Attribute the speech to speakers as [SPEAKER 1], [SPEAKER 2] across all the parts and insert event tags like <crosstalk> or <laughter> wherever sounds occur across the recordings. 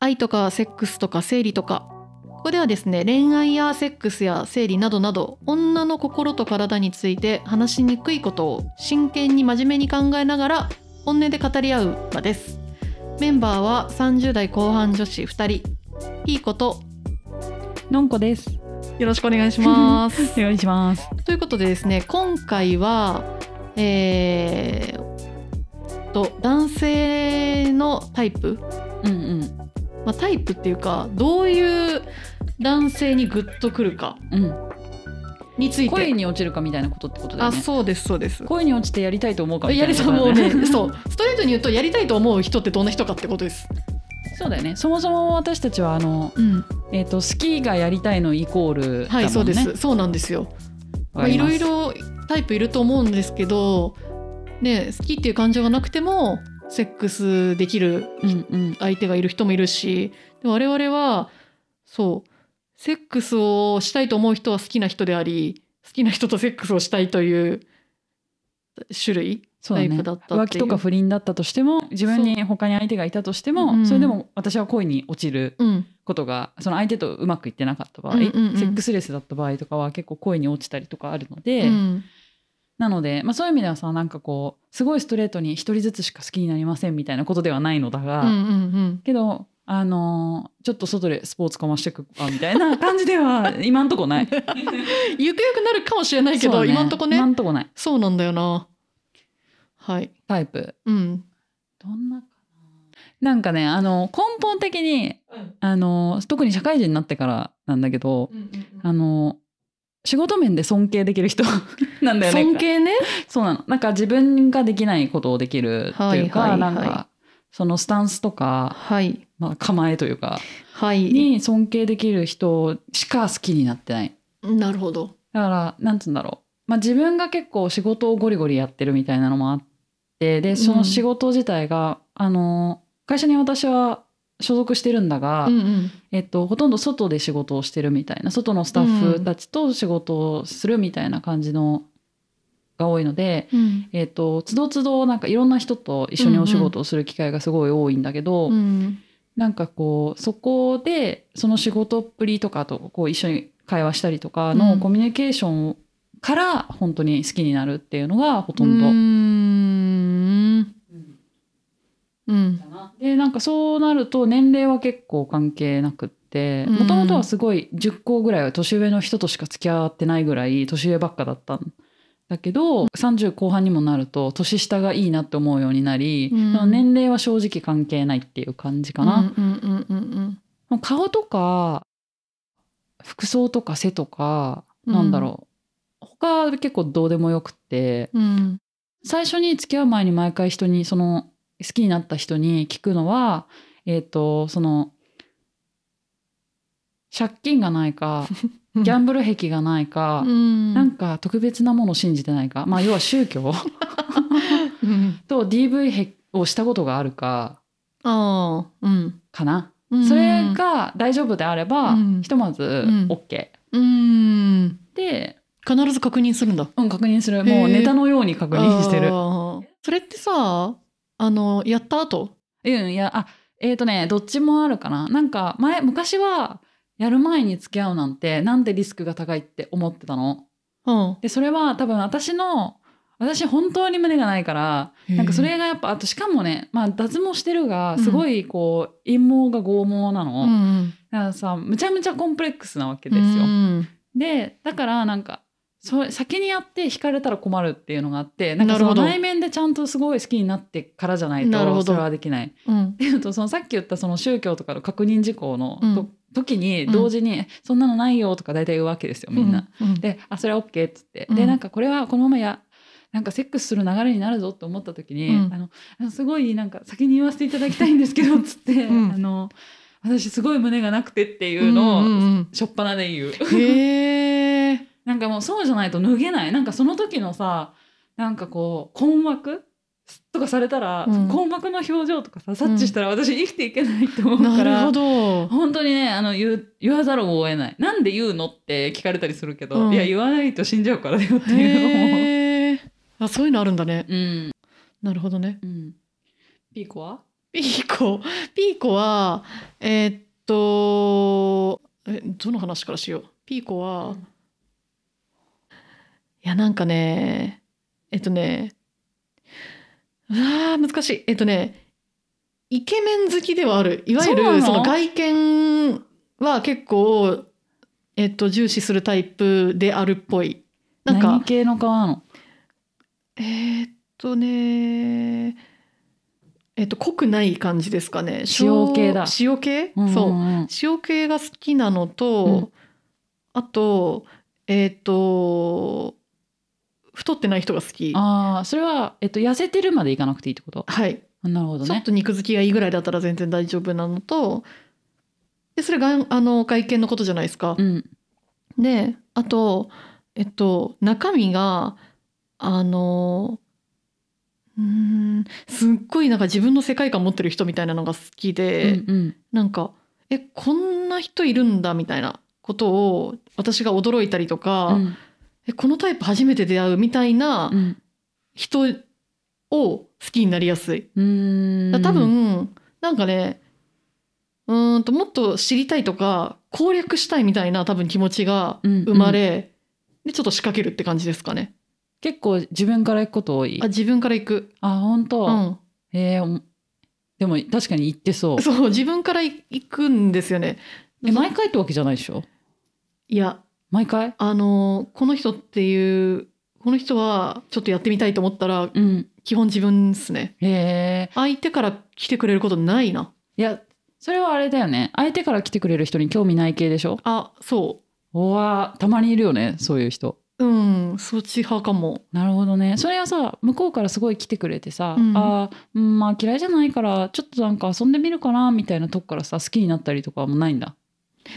[SPEAKER 1] 愛とかセックスとか生理とかここではですね恋愛やセックスや生理などなど女の心と体について話しにくいことを真剣に真面目に考えながら本音で語り合う場ですメンバーは30代後半女子2人いいこと
[SPEAKER 2] のんこです。
[SPEAKER 1] よろしくお願いします
[SPEAKER 2] <laughs> お願いします。
[SPEAKER 1] ということでですね今回はえーと男性のタイプ、
[SPEAKER 2] うんうん
[SPEAKER 1] まあ、タイプっていうかどういう男性にグッとくるか
[SPEAKER 2] うん。
[SPEAKER 1] について
[SPEAKER 2] 恋に落ちるかみたいなことってことだよ
[SPEAKER 1] あ
[SPEAKER 2] ね。
[SPEAKER 1] そうですそうです
[SPEAKER 2] 恋に落ちてやりたいと思うかみた
[SPEAKER 1] や
[SPEAKER 2] い
[SPEAKER 1] り
[SPEAKER 2] なこ
[SPEAKER 1] た
[SPEAKER 2] とだ
[SPEAKER 1] も
[SPEAKER 2] よ
[SPEAKER 1] う
[SPEAKER 2] ね。
[SPEAKER 1] ね <laughs> そうストレートに言うとやりたいと思う人ってどんな人かってことです
[SPEAKER 2] そうだよね。そもそも私たちはあの
[SPEAKER 1] うん
[SPEAKER 2] えっ、と好きがやりたいのイコールだもんね。
[SPEAKER 1] はい、そうですそうなんですよまあ
[SPEAKER 2] わかり
[SPEAKER 1] い
[SPEAKER 2] ま
[SPEAKER 1] ろ
[SPEAKER 2] す。
[SPEAKER 1] いろタイプいると思うんですけどね好きっていう感情がなくてもセックスできる
[SPEAKER 2] うんうん。
[SPEAKER 1] 相手がいる人もいるしで我々はそうセックスをしたいと思う人は好きな人であり好きな人とセックスをしたいという種類
[SPEAKER 2] そうだね。
[SPEAKER 1] タイプだったっていう
[SPEAKER 2] 浮気とか不倫だったとしても自分に他に相手がいたとしても
[SPEAKER 1] そう
[SPEAKER 2] それでも私は恋に落ちる
[SPEAKER 1] うん
[SPEAKER 2] ことがその相手とうまくいってなかった場合、
[SPEAKER 1] うんうんうん
[SPEAKER 2] セックスレスだった場合とかは結構恋に落ちたりとかあるので、
[SPEAKER 1] うん
[SPEAKER 2] なので、まあ、そういう意味ではさなんかこうすごいストレートに一人ずつしか好きになりませんみたいなことではないのだが、
[SPEAKER 1] うんうん
[SPEAKER 2] けど、あのーちょっと外でスポーツかましてくかみたいな感じ
[SPEAKER 1] <laughs>
[SPEAKER 2] では今んとこない。
[SPEAKER 1] うんゆくゆくなるかもしれないけど、
[SPEAKER 2] そうね
[SPEAKER 1] 今んとこ
[SPEAKER 2] 今
[SPEAKER 1] ね
[SPEAKER 2] んとこない
[SPEAKER 1] そうなんだよなはい
[SPEAKER 2] タイプ
[SPEAKER 1] うん
[SPEAKER 2] どんなかななんかねあの根本的に、
[SPEAKER 1] うん
[SPEAKER 2] あの特に社会人になってからなんだけど、あの仕事面で尊敬できる人 <laughs> なんだよね
[SPEAKER 1] 尊敬ね
[SPEAKER 2] そうなの。なんか自分ができないことをできるというか、
[SPEAKER 1] はいはい
[SPEAKER 2] なん
[SPEAKER 1] は
[SPEAKER 2] か、そのスタンスとか、
[SPEAKER 1] はい
[SPEAKER 2] まあ、構えというか、
[SPEAKER 1] はい
[SPEAKER 2] に尊敬できる人しか好きになってない。
[SPEAKER 1] なるほど
[SPEAKER 2] だから、なんつうんだろう。まあ自分が結構仕事をゴリゴリやってるみたいなのもあって、で、その仕事自体が、あの、会社に私は所属してるんだが、
[SPEAKER 1] うんうん
[SPEAKER 2] えっと、ほとんど外で仕事をしてるみたいな、外のスタッフたちと仕事をするみたいな感じの、が多いので、
[SPEAKER 1] うん
[SPEAKER 2] えー、とつどつどなんかいろんな人と一緒にお仕事をする機会がすごい多いんだけど、
[SPEAKER 1] うん
[SPEAKER 2] なんかこうそこでその仕事っぷりとかとこう一緒に会話したりとか
[SPEAKER 1] う
[SPEAKER 2] の
[SPEAKER 1] ん
[SPEAKER 2] コミュニケーションから本当に好きになるっていうのがほと
[SPEAKER 1] う
[SPEAKER 2] ん
[SPEAKER 1] ー
[SPEAKER 2] ど。
[SPEAKER 1] んうん
[SPEAKER 2] でなんかそうなると年齢は結構関係なくって
[SPEAKER 1] うん
[SPEAKER 2] もともとはすごい10個ぐらいは年上の人としか付き合ってないぐらい年上ばっかだったんだけど30後半にもなると年下がいいなって思うようになり、
[SPEAKER 1] うん
[SPEAKER 2] その年齢は正直関係ないっていう感じかな。
[SPEAKER 1] うんうんうんうん
[SPEAKER 2] もう顔とか服装とか背とか、
[SPEAKER 1] うん
[SPEAKER 2] なんだろう他結構どうでもよくって
[SPEAKER 1] うんうん
[SPEAKER 2] 最初に付き合う前に毎回人にその好きになった人に聞くのはえっ、とその借金がな
[SPEAKER 1] <laughs>
[SPEAKER 2] いかギャンブル癖がないか、
[SPEAKER 1] うん
[SPEAKER 2] なんか特別なものを信じてないかまあ要は宗教
[SPEAKER 1] うん
[SPEAKER 2] <laughs> と DV 癖をしたことがあるか
[SPEAKER 1] ああうん
[SPEAKER 2] かな、
[SPEAKER 1] うん
[SPEAKER 2] それが大丈夫であれば、
[SPEAKER 1] うん
[SPEAKER 2] ひとまず
[SPEAKER 1] ん
[SPEAKER 2] OK、
[SPEAKER 1] うん
[SPEAKER 2] で、
[SPEAKER 1] 必ず確認するんだ
[SPEAKER 2] うん、確認する
[SPEAKER 1] ー
[SPEAKER 2] もうネタのように確認してる
[SPEAKER 1] あーそれってさあのやった後
[SPEAKER 2] うんいやあえっ、とねどっちもあるかななんか前昔はやる前に付き合うなんてなんでリスクが高いって思ってたの
[SPEAKER 1] うん
[SPEAKER 2] でそれは多分私の私本当に胸がないからなんかそれがやっぱあとしかもねまあ脱毛してるがすごいこう、陰毛が剛毛なの、
[SPEAKER 1] うん
[SPEAKER 2] だからさむちゃむちゃコンプレックスなわけ
[SPEAKER 1] うん
[SPEAKER 2] ですよ、
[SPEAKER 1] うん
[SPEAKER 2] でだからなんかそれ先にやって惹かれたら困るっていうのがあってなんか
[SPEAKER 1] な
[SPEAKER 2] そ
[SPEAKER 1] るほど
[SPEAKER 2] の内面でちゃんとすごい好きになってからじゃない
[SPEAKER 1] なるほ
[SPEAKER 2] と
[SPEAKER 1] ど
[SPEAKER 2] それはできない。っ
[SPEAKER 1] うん
[SPEAKER 2] ていうとそのさっき言ったその宗教とかの確認事項のと、
[SPEAKER 1] うん
[SPEAKER 2] 時に
[SPEAKER 1] うん
[SPEAKER 2] 同時に「そんなのないよ」とか大体言うわけですよみんな。
[SPEAKER 1] うん
[SPEAKER 2] で「あそれは OK」っつって、
[SPEAKER 1] う
[SPEAKER 2] で
[SPEAKER 1] ん
[SPEAKER 2] なんかこれはこのままやなんかセックスする流れになるぞと思った時に、
[SPEAKER 1] うん
[SPEAKER 2] あのあのすごいなんか先に言わせていただきたいんですけどっつって、
[SPEAKER 1] うん
[SPEAKER 2] あの私すごい胸がなくてっていうのを、
[SPEAKER 1] うん
[SPEAKER 2] <laughs>
[SPEAKER 1] うん
[SPEAKER 2] しょっぱなで言う。
[SPEAKER 1] うんへえ
[SPEAKER 2] なんかもうそうじゃないと脱げないなんかその時のさなんかこう困惑とかされたら、
[SPEAKER 1] うん
[SPEAKER 2] 困惑の表情とかさ察知したら私生きていけないと思うか
[SPEAKER 1] な
[SPEAKER 2] ら、
[SPEAKER 1] るほど
[SPEAKER 2] 本当にねあの言う言わざるを得ないなんで言うのって聞かれたりするけど、
[SPEAKER 1] うん
[SPEAKER 2] いや言わないと死んじゃうからだよっていうのも、
[SPEAKER 1] へえあそういうのあるんだね
[SPEAKER 2] うん
[SPEAKER 1] なるほどね
[SPEAKER 2] うん、ピーコは
[SPEAKER 1] ピーコピーコはえーっとえどの話からしようピーコは、いやなんかねえっとねうわー難しいえっとねイケメン好きではあるいわゆ
[SPEAKER 2] そうな
[SPEAKER 1] る
[SPEAKER 2] の
[SPEAKER 1] その外見は結構えっと重視するタイプであるっぽいなんか
[SPEAKER 2] 何系の顔なの
[SPEAKER 1] えーっとねえっと濃くない感じですかね
[SPEAKER 2] 塩系だ
[SPEAKER 1] 塩系、そう塩系が好きなのと、
[SPEAKER 2] うん
[SPEAKER 1] あとえーっと太ってない人が好き
[SPEAKER 2] ああそれは、えっと、痩せてるまでいかなくていいってこと
[SPEAKER 1] はい、
[SPEAKER 2] なるほど
[SPEAKER 1] ちょっ
[SPEAKER 2] ね
[SPEAKER 1] と肉付きがいいぐらいだったら全然大丈夫なのとでそれがあの外見のことじゃないですか
[SPEAKER 2] う、ん
[SPEAKER 1] であとえっと中身があのうーんすっごいなんか自分の世界観持ってる人みたいなのが好きで、
[SPEAKER 2] うんうん
[SPEAKER 1] なんかえこんな人いるんだみたいなことを私が驚いたりとか、
[SPEAKER 2] うん
[SPEAKER 1] えこのタイプ初めて出会うみたいな
[SPEAKER 2] うん
[SPEAKER 1] 人を好きになりやすい。
[SPEAKER 2] うー
[SPEAKER 1] だ
[SPEAKER 2] ん
[SPEAKER 1] 多分なんかねうーんともっと知りたいとか攻略したいみたいな多分気持ちが生まれ、でちょっと仕掛けるって感じですかね
[SPEAKER 2] 結構自分から行くこと多い
[SPEAKER 1] あ自分から行く、
[SPEAKER 2] あ本当、
[SPEAKER 1] う
[SPEAKER 2] ほんと
[SPEAKER 1] ん、
[SPEAKER 2] えーおもでも確かに行ってそう
[SPEAKER 1] そう自分から行くんですよね
[SPEAKER 2] え毎回ってわけじゃないでしょ
[SPEAKER 1] いや
[SPEAKER 2] 毎回
[SPEAKER 1] あのこの人っていうこの人はちょっとやってみたいと思ったら
[SPEAKER 2] うん
[SPEAKER 1] 基本自分ですね
[SPEAKER 2] へえ
[SPEAKER 1] 相手から来てくれることないない
[SPEAKER 2] やそれはあれだよね相手から来てくれる人に興味ない系でしょ
[SPEAKER 1] あそう
[SPEAKER 2] わたまにいるよねそういう人
[SPEAKER 1] ううんそっち派かも
[SPEAKER 2] なるほどねそれはさ向こうからすごい来てくれてさ、
[SPEAKER 1] うん
[SPEAKER 2] あーうんまあ嫌いじゃないからちょっとなんか遊んでみるかなみたいなとこからさ好きになったりとかはもうないんだ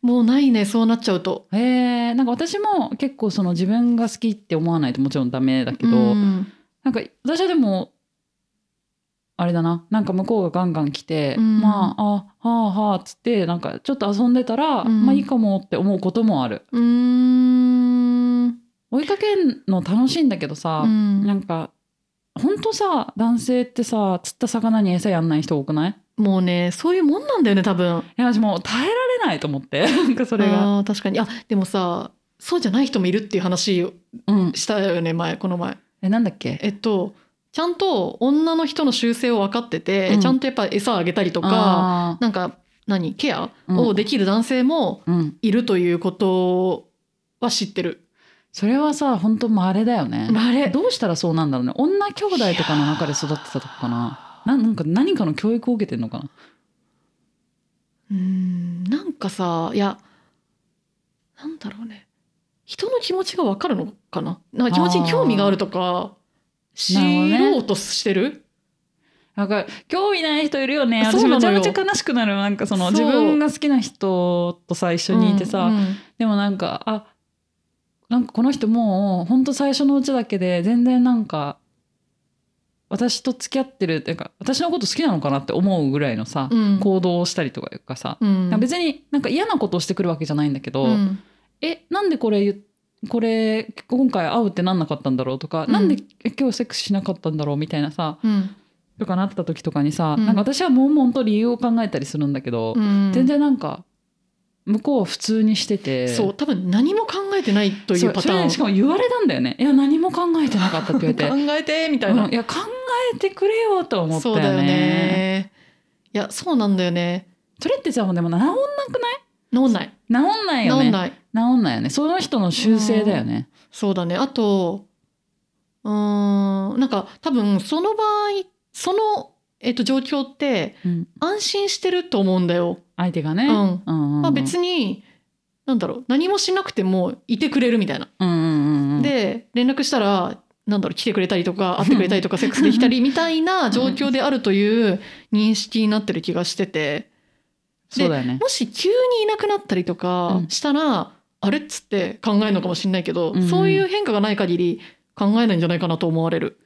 [SPEAKER 1] もうないねそうなっちゃうと
[SPEAKER 2] へえなんか私も結構その自分が好きって思わないともちろんダメだけど、
[SPEAKER 1] うん
[SPEAKER 2] なんか私はでもあれだななんか向こうがガンガン来て、
[SPEAKER 1] うん
[SPEAKER 2] まああはあはあっつってなんかちょっと遊んでたら、
[SPEAKER 1] うん
[SPEAKER 2] まあいいかもって思うこともある
[SPEAKER 1] うーん
[SPEAKER 2] 追いかけんの楽しいんだけどさ、
[SPEAKER 1] うん
[SPEAKER 2] なんかほんとさ男性ってさ釣った魚に餌やんない人多くない
[SPEAKER 1] もうねそういうもんなんだよね多分
[SPEAKER 2] いや私もう耐えられないと思って <laughs> なんかそれが、
[SPEAKER 1] あー確かにあでもさそうじゃない人もいるっていう話を
[SPEAKER 2] うん、
[SPEAKER 1] したよね前この前
[SPEAKER 2] えなんだっけ
[SPEAKER 1] えっとちゃんと女の人の習性を分かってて、
[SPEAKER 2] うん
[SPEAKER 1] ちゃんとやっぱ餌あげたりとか
[SPEAKER 2] あ
[SPEAKER 1] なんか何ケア
[SPEAKER 2] うん
[SPEAKER 1] をできる男性も
[SPEAKER 2] ーうん、
[SPEAKER 1] いるということは知ってる、
[SPEAKER 2] それはさ本当まれだよね、
[SPEAKER 1] あれ
[SPEAKER 2] どうしたらそうなんだろうね女兄弟とかの中で育ってたとこかなななんか何かの教育を受けてんのかな
[SPEAKER 1] うーんなんかさいやなんだろうね人の気持ちが分かるのかななんか気持ちに興味があるとか知
[SPEAKER 2] なるほどね
[SPEAKER 1] ろうとしてる
[SPEAKER 2] なんか興味ない人いるよね私
[SPEAKER 1] そう
[SPEAKER 2] め
[SPEAKER 1] な
[SPEAKER 2] ち
[SPEAKER 1] の
[SPEAKER 2] ゃ
[SPEAKER 1] よ
[SPEAKER 2] めちゃ悲しくなるなんかその
[SPEAKER 1] そ
[SPEAKER 2] 自
[SPEAKER 1] う
[SPEAKER 2] 分が好きな人とさ一緒にいてさ、
[SPEAKER 1] うんうん
[SPEAKER 2] でもなんかあなんかこの人もうほんと最初のうちだけで全然なんか私と付き合ってるっていうか私のこと好きなのかなって思うぐらいのさ、
[SPEAKER 1] うん
[SPEAKER 2] 行動をしたりとかいうかさ、
[SPEAKER 1] うん
[SPEAKER 2] 別になんか嫌なことをしてくるわけじゃないんだけど、
[SPEAKER 1] うん
[SPEAKER 2] えなんでこれ言っこれ今回会うってなんなかったんだろうとか、
[SPEAKER 1] うん
[SPEAKER 2] なんでえ今日セックスしなかったんだろうみたいなさ
[SPEAKER 1] うん
[SPEAKER 2] とかなった時とかにさ、
[SPEAKER 1] うん
[SPEAKER 2] なんか私は悶々と理由を考えたりするんだけど、
[SPEAKER 1] うん
[SPEAKER 2] 全然なんか向こうは普通にしてて
[SPEAKER 1] そう多分何も考えてないというパターン。
[SPEAKER 2] そうそれねしかも言われたんだよね「いや何も考えてなかった」って言われて
[SPEAKER 1] 考えてみたいな、
[SPEAKER 2] うんいや考えてくれよと思った
[SPEAKER 1] そ
[SPEAKER 2] よ
[SPEAKER 1] う
[SPEAKER 2] ね
[SPEAKER 1] だ
[SPEAKER 2] そ
[SPEAKER 1] よねいやそうなんだよね
[SPEAKER 2] れってさでも治んなくない
[SPEAKER 1] 治んない
[SPEAKER 2] 治んないよね
[SPEAKER 1] 治んない
[SPEAKER 2] 治んないよねその人の習性だよね
[SPEAKER 1] そうだねあとうーんなんか多分その場合その、えっと、状況って
[SPEAKER 2] うん
[SPEAKER 1] 安心してると思うんだよ、
[SPEAKER 2] 相手がね、
[SPEAKER 1] う
[SPEAKER 2] うんんうんうん
[SPEAKER 1] まあ、別になんだろう何もしなくてもいてくれるみたいな
[SPEAKER 2] うんうんうんうん
[SPEAKER 1] で連絡したらなんだろう来てくれたりとか会ってくれたりとかセックスできたりみたいな状況であるという認識になってる気がして
[SPEAKER 2] <laughs>
[SPEAKER 1] て
[SPEAKER 2] そうだよね
[SPEAKER 1] もし急にいなくなったりとか
[SPEAKER 2] うん
[SPEAKER 1] したら、あれっつって考えるのかもしれないけど、
[SPEAKER 2] うんうん
[SPEAKER 1] そういう変化がない限り考えないんじゃないかなと思われる。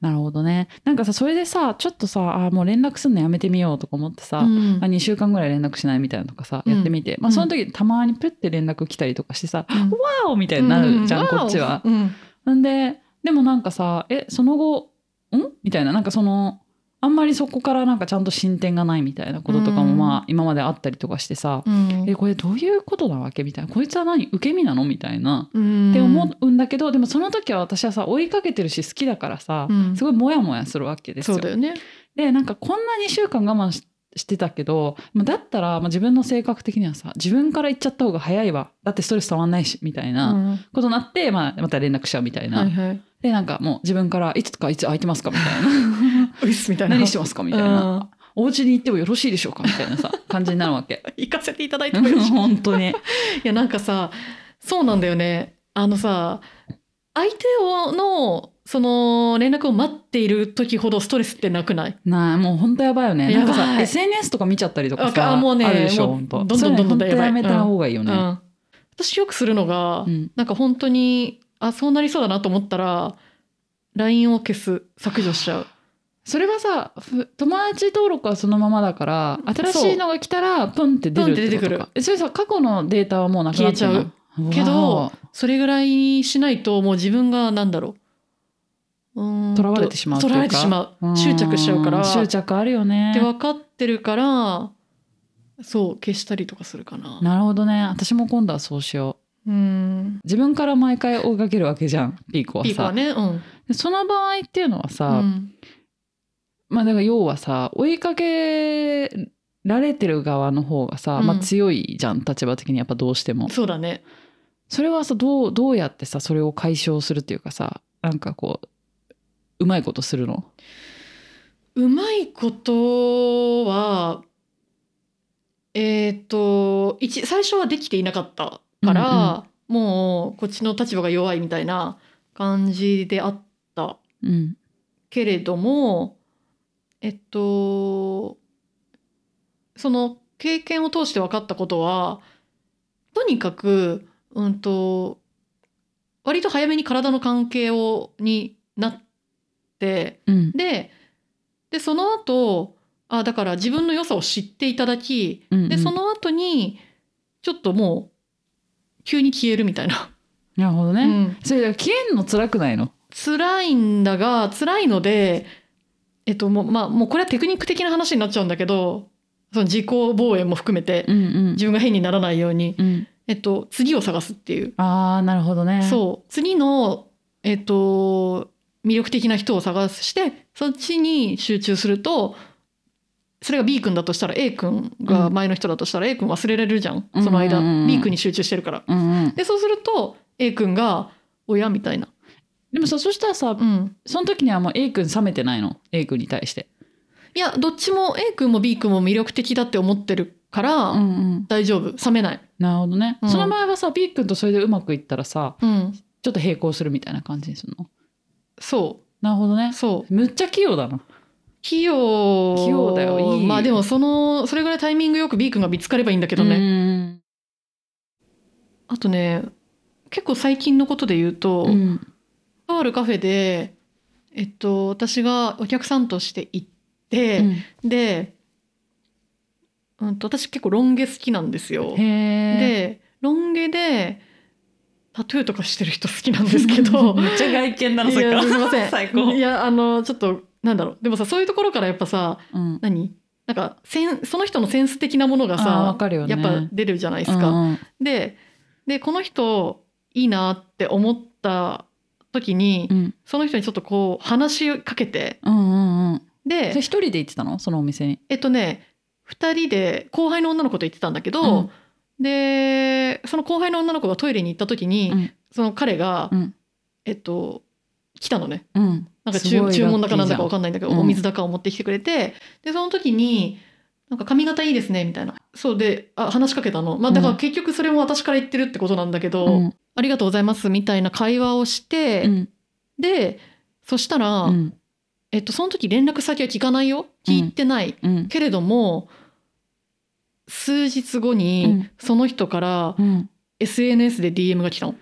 [SPEAKER 2] なるほどねなんかさそれでさちょっとさあーもう連絡すんのやめてみようとか思ってさ、
[SPEAKER 1] うん
[SPEAKER 2] あ2週間ぐらい連絡しないみたいなのとかさ、
[SPEAKER 1] うん
[SPEAKER 2] やってみて、まあ、
[SPEAKER 1] うん
[SPEAKER 2] その時たまにプッて連絡来たりとかしてさ「
[SPEAKER 1] うん
[SPEAKER 2] わお!」みたいになるじゃん、
[SPEAKER 1] う
[SPEAKER 2] こっちは。
[SPEAKER 1] うん
[SPEAKER 2] なんででもなんかさ「えその後ん?」みたいななんかそのあんまりそこからなんかちゃんと進展がないみたいなこととか
[SPEAKER 1] う
[SPEAKER 2] も
[SPEAKER 1] ん
[SPEAKER 2] まあ今まであったりとかしてさ、
[SPEAKER 1] うん
[SPEAKER 2] えこれどういうことなわけみたいなこいつは何受け身なのみたいな
[SPEAKER 1] うん
[SPEAKER 2] って思うんだけど、でもその時は私はさ追いかけてるし好きだからさ、
[SPEAKER 1] うん
[SPEAKER 2] すごいモヤモヤするわけです
[SPEAKER 1] そ
[SPEAKER 2] よ。
[SPEAKER 1] うだよね。
[SPEAKER 2] でなんかこんな2週間我慢ししてたけどまあだったらまあ自分の性格的にはさ自分から言っちゃった方が早いわだってストレスたまんないしみたいうなんことになって、まあ、また連絡しちゃうみたいな、
[SPEAKER 1] はいはい。
[SPEAKER 2] でなんかもう自分からいつかいつ空いてますかみた
[SPEAKER 1] <laughs>
[SPEAKER 2] いな
[SPEAKER 1] うっすみたいな。
[SPEAKER 2] 何してますかみたいな、
[SPEAKER 1] うん
[SPEAKER 2] お家に行ってもよろしいでしょうかみたいなさ感じになるわけ <laughs>
[SPEAKER 1] 行かせていただいてもよろしい
[SPEAKER 2] 本当に
[SPEAKER 1] いやなんかさそうなんだよねあのさ相手をのその連絡を待っている時ほどストレスってなくない
[SPEAKER 2] なあもう本当やばいよね
[SPEAKER 1] やばい
[SPEAKER 2] なんかさ SNS とか見ちゃったりとか
[SPEAKER 1] あ
[SPEAKER 2] さ
[SPEAKER 1] あもうね
[SPEAKER 2] あるでしょ
[SPEAKER 1] もう
[SPEAKER 2] 本当
[SPEAKER 1] どんどんどんどん
[SPEAKER 2] それ
[SPEAKER 1] やばい
[SPEAKER 2] 本当やめた方がいいよ
[SPEAKER 1] う
[SPEAKER 2] ね、
[SPEAKER 1] ん、私よくするのが、
[SPEAKER 2] うん
[SPEAKER 1] なんか本当にあそうなりそうだなと思ったら LINE を消す削除しちゃう
[SPEAKER 2] それはさふ友達登録はそのままだから新しいのが来たらプンって出る
[SPEAKER 1] プンっ
[SPEAKER 2] ってことか
[SPEAKER 1] て出てくる
[SPEAKER 2] えそれさ過去のデータはもうなくなっちゃう
[SPEAKER 1] 消
[SPEAKER 2] の
[SPEAKER 1] けどそれぐらいしないともう自分がなんだろううーんと
[SPEAKER 2] 囚われてしまうって
[SPEAKER 1] と
[SPEAKER 2] いうから
[SPEAKER 1] われてしま
[SPEAKER 2] わ
[SPEAKER 1] う
[SPEAKER 2] ー
[SPEAKER 1] 執着しちゃうから
[SPEAKER 2] ん執着あるよね
[SPEAKER 1] って分かってるからそう消したりとかするかな。
[SPEAKER 2] なるほどね私も今度はそうしよう
[SPEAKER 1] うん
[SPEAKER 2] 自分から毎回追いかけるわけじゃんピーコはさ
[SPEAKER 1] ピークはね、うん、
[SPEAKER 2] でその場合っていうのは
[SPEAKER 1] う
[SPEAKER 2] さ、
[SPEAKER 1] ん
[SPEAKER 2] まあだから要はさ追いかけられてる側の方がさ、
[SPEAKER 1] うん
[SPEAKER 2] まあ、強いじゃん立場的にやっぱどうしても
[SPEAKER 1] そうだね。
[SPEAKER 2] それはさどうどうやってさそれを解消するっていうかさなんかこううまいことするの
[SPEAKER 1] うまいことは、えっ、と、一、最初はできていなかったから、もうこっちの立場が弱いみたいな感じであった
[SPEAKER 2] うん
[SPEAKER 1] けれども、えっと、その経験を通して分かったことは、とにかく、うんと、割と早めに体の関係を、になって、
[SPEAKER 2] うん
[SPEAKER 1] ででその後あだから自分の良さを知っていただき
[SPEAKER 2] うん
[SPEAKER 1] でその後にちょっともう急に消えるみたいな、
[SPEAKER 2] なるほど
[SPEAKER 1] う
[SPEAKER 2] ね、
[SPEAKER 1] ん、
[SPEAKER 2] それだから消えんの辛くないの
[SPEAKER 1] 辛いんだが辛いのでえっともうまあもうこれはテクニック的な話になっちゃうんだけどその自己防衛も含めて
[SPEAKER 2] うんうん
[SPEAKER 1] 自分が変にならないように、
[SPEAKER 2] うん
[SPEAKER 1] えっと、次を探すっていう
[SPEAKER 2] ああなるほどね
[SPEAKER 1] そう次のえっと魅力的な人を探してそっちに集中するとそれが B 君だとしたら A 君が
[SPEAKER 2] うん
[SPEAKER 1] 前の人だとしたら A 君忘れられるじゃん、
[SPEAKER 2] うん
[SPEAKER 1] その間、
[SPEAKER 2] うんうんうん
[SPEAKER 1] B 君に集中してるから。
[SPEAKER 2] うんうん、
[SPEAKER 1] でそうすると A 君が「親」みたいな。
[SPEAKER 2] でもさそしたらさ
[SPEAKER 1] うん
[SPEAKER 2] その時にはもう A 君冷めてないの A 君に対して、
[SPEAKER 1] いやどっちも A 君も B 君も魅力的だって思ってるから、
[SPEAKER 2] うん、
[SPEAKER 1] 大丈夫冷めない。
[SPEAKER 2] なるほどね、
[SPEAKER 1] うん
[SPEAKER 2] その場合はさ B 君とそれでうまくいったらさ
[SPEAKER 1] うん、
[SPEAKER 2] ちょっと並行するみたいな感じにするの
[SPEAKER 1] そ
[SPEAKER 2] なるほどね
[SPEAKER 1] うそう
[SPEAKER 2] むっちゃ器用だな
[SPEAKER 1] 器用
[SPEAKER 2] 器用だよいい
[SPEAKER 1] まあでもそのそれぐらいタイミングよく B 君が見つかればいいんだけ
[SPEAKER 2] け
[SPEAKER 1] どね。
[SPEAKER 2] ね
[SPEAKER 1] あとね結構最近のことで言うと、
[SPEAKER 2] うん
[SPEAKER 1] とあるカフェで、えっと、私がお客さんとして行って、で、うんと、私結構ロン毛好きなんですよ
[SPEAKER 2] へ。え
[SPEAKER 1] でロン毛でタトゥーとかしてる人好きなんですけ <laughs> ど
[SPEAKER 2] めっちゃ外 <laughs> 見ないの
[SPEAKER 1] やすいません
[SPEAKER 2] 最高
[SPEAKER 1] いやあのちょっとなんだろうでもさそういうところからやっぱさ
[SPEAKER 2] うん
[SPEAKER 1] 何なんかセンその人のセンス的なものが
[SPEAKER 2] あーわ
[SPEAKER 1] さ、
[SPEAKER 2] かるよね
[SPEAKER 1] やっぱ出るじゃないですか。
[SPEAKER 2] うんうん
[SPEAKER 1] ででこの人いいなって思った時に、
[SPEAKER 2] うん
[SPEAKER 1] その人にちょっとこう話しかけて
[SPEAKER 2] うんうんうんそれ
[SPEAKER 1] で
[SPEAKER 2] 一人で行ってたのそのお店に
[SPEAKER 1] えっとね2人で後輩の女の子と行ってたんだけど、でその後輩の女の子がトイレに行った時に、
[SPEAKER 2] うん
[SPEAKER 1] その彼が、
[SPEAKER 2] うん
[SPEAKER 1] えっと来たのね
[SPEAKER 2] うん
[SPEAKER 1] なんか
[SPEAKER 2] すご
[SPEAKER 1] 注
[SPEAKER 2] い
[SPEAKER 1] 注文だかな
[SPEAKER 2] ラッ
[SPEAKER 1] ん
[SPEAKER 2] キーじ
[SPEAKER 1] だ
[SPEAKER 2] ゃん
[SPEAKER 1] かわかんないんだけど、
[SPEAKER 2] うん
[SPEAKER 1] お水だかを持ってきてくれてでその時に「なんか髪型いいですね」みたいなそうであ話しかけたの、まあ、だから
[SPEAKER 2] うん
[SPEAKER 1] 結局それも私から言ってるってことなんだけど、
[SPEAKER 2] うん
[SPEAKER 1] ありがとうございますみたいな会話をして、
[SPEAKER 2] うん
[SPEAKER 1] でそしたら、
[SPEAKER 2] うん
[SPEAKER 1] えっと、その時連絡先は聞かないよ聞いてない、
[SPEAKER 2] うん
[SPEAKER 1] けれども数日後に、
[SPEAKER 2] うん
[SPEAKER 1] その人から
[SPEAKER 2] うん
[SPEAKER 1] SNS で DM が来たの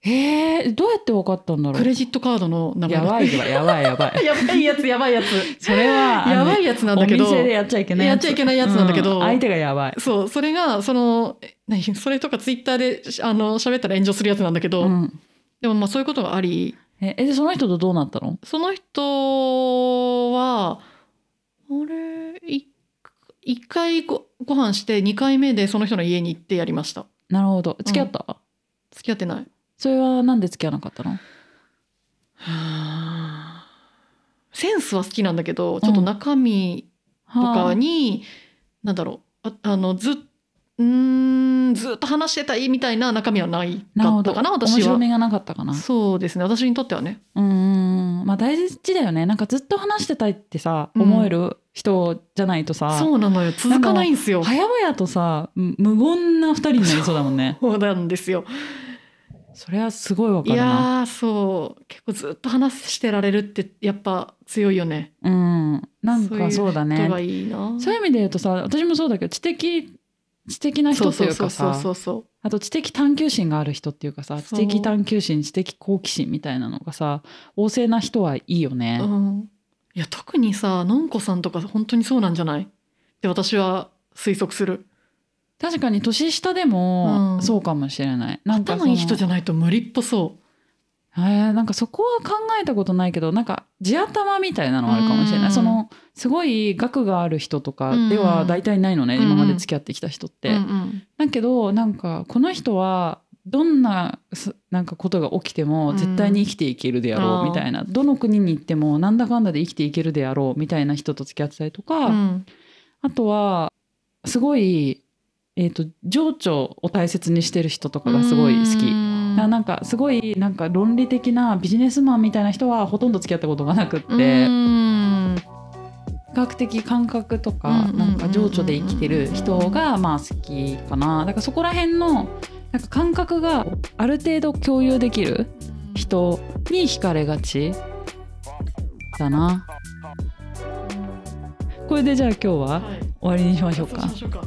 [SPEAKER 2] へえどうやってわかったんだろ
[SPEAKER 1] ク
[SPEAKER 2] う
[SPEAKER 1] レジットカードの名前
[SPEAKER 2] やばいわやばいやばい
[SPEAKER 1] <laughs> やばいやつやばいやつ
[SPEAKER 2] それは
[SPEAKER 1] やば
[SPEAKER 2] い
[SPEAKER 1] いやつなんだけ
[SPEAKER 2] お
[SPEAKER 1] ど
[SPEAKER 2] 店でやっちゃいけない
[SPEAKER 1] やっちゃいけないやつなんだけど
[SPEAKER 2] う相手がやばい
[SPEAKER 1] そうそれがそのえ何それとかツイッターでしあの喋ったら炎上するやつなんだけど、
[SPEAKER 2] うん
[SPEAKER 1] でもまあそういうことがあり
[SPEAKER 2] ええでその人とどうなったの
[SPEAKER 1] その人はあれい一回ごご飯して二回目でその人の家に行ってやりました
[SPEAKER 2] なるほど付き合った、
[SPEAKER 1] 付き合ってない
[SPEAKER 2] それはなんで付き合わなかったの
[SPEAKER 1] センスは好きなんだけどちょっと中身とかに、なんだろうああのずっうーんずっと話してたいみたいな中身はない
[SPEAKER 2] なる
[SPEAKER 1] か
[SPEAKER 2] ほ
[SPEAKER 1] っ
[SPEAKER 2] ど
[SPEAKER 1] たかな
[SPEAKER 2] 面
[SPEAKER 1] 私
[SPEAKER 2] 白
[SPEAKER 1] は
[SPEAKER 2] みがなかったかな
[SPEAKER 1] そうですね私にとってはね
[SPEAKER 2] うんうんうんまあ大事だよねなんかずっと話してたいってさ、
[SPEAKER 1] うん
[SPEAKER 2] 思える人じゃないとさ
[SPEAKER 1] そうなのよ続かないんですよ
[SPEAKER 2] 早々とさむ無言な二人になりそうだもんね
[SPEAKER 1] そうなんですよ
[SPEAKER 2] それはすごいわ
[SPEAKER 1] い
[SPEAKER 2] かるな
[SPEAKER 1] やーそう結構ずっと話してられるってやっぱ強いよね
[SPEAKER 2] うんなんかそうだ
[SPEAKER 1] 人が
[SPEAKER 2] ね
[SPEAKER 1] いいな
[SPEAKER 2] そういう意味で言うとさ私もそうだけど知的知的な
[SPEAKER 1] そ
[SPEAKER 2] 人
[SPEAKER 1] う
[SPEAKER 2] と
[SPEAKER 1] そ
[SPEAKER 2] いうう
[SPEAKER 1] そ
[SPEAKER 2] か
[SPEAKER 1] うそうそ
[SPEAKER 2] さ
[SPEAKER 1] うそう
[SPEAKER 2] あと知的探求心がある人っていうかさ知
[SPEAKER 1] そう
[SPEAKER 2] 的探求心知的好奇心みたいなのがさ旺盛な人はいいよね、
[SPEAKER 1] うん、いや特にさのんこさんとか本当にそうなんじゃないって私は推測する
[SPEAKER 2] 確かに年下でも
[SPEAKER 1] うん
[SPEAKER 2] そうかもしれない、なんかそ
[SPEAKER 1] 頭
[SPEAKER 2] の
[SPEAKER 1] いい人じゃないと無理っぽそ
[SPEAKER 2] えーなんかそこは考えたことないけどなんか地頭みたいなのはあるかもしれない、
[SPEAKER 1] うん
[SPEAKER 2] そのすごい額がある人とかでは大体ないのね、
[SPEAKER 1] うん
[SPEAKER 2] 今まで付き合ってきた人っ
[SPEAKER 1] う、
[SPEAKER 2] て、
[SPEAKER 1] うんうん
[SPEAKER 2] だけどなんかこの人はどんなすなんかことが起きて
[SPEAKER 1] う
[SPEAKER 2] も
[SPEAKER 1] ん
[SPEAKER 2] 絶対に生きていけるであろ
[SPEAKER 1] あ
[SPEAKER 2] う
[SPEAKER 1] ー
[SPEAKER 2] みたいな、どの国に行ってもなんだかんだで生きていけるであろうみたいな人と付き合ってたりとか、
[SPEAKER 1] うん
[SPEAKER 2] あとはすごい、えー、と情緒を大切にしてる人とかがすごい好き。
[SPEAKER 1] うん
[SPEAKER 2] ななんかすごいなんか論理的なビジネスマンみたいな人はほとんど付き合ったことがなくって、
[SPEAKER 1] うん
[SPEAKER 2] 比較的感覚と
[SPEAKER 1] うんうん
[SPEAKER 2] か
[SPEAKER 1] うんうん
[SPEAKER 2] なんか情緒で生きてる人がまあ好きかなだからそこら辺のなんか感覚がある程度共有できる人に惹かれがちだなこれでじゃあ今日は
[SPEAKER 1] はい
[SPEAKER 2] 終わりにしましょう
[SPEAKER 1] そうし
[SPEAKER 2] か
[SPEAKER 1] ましょうか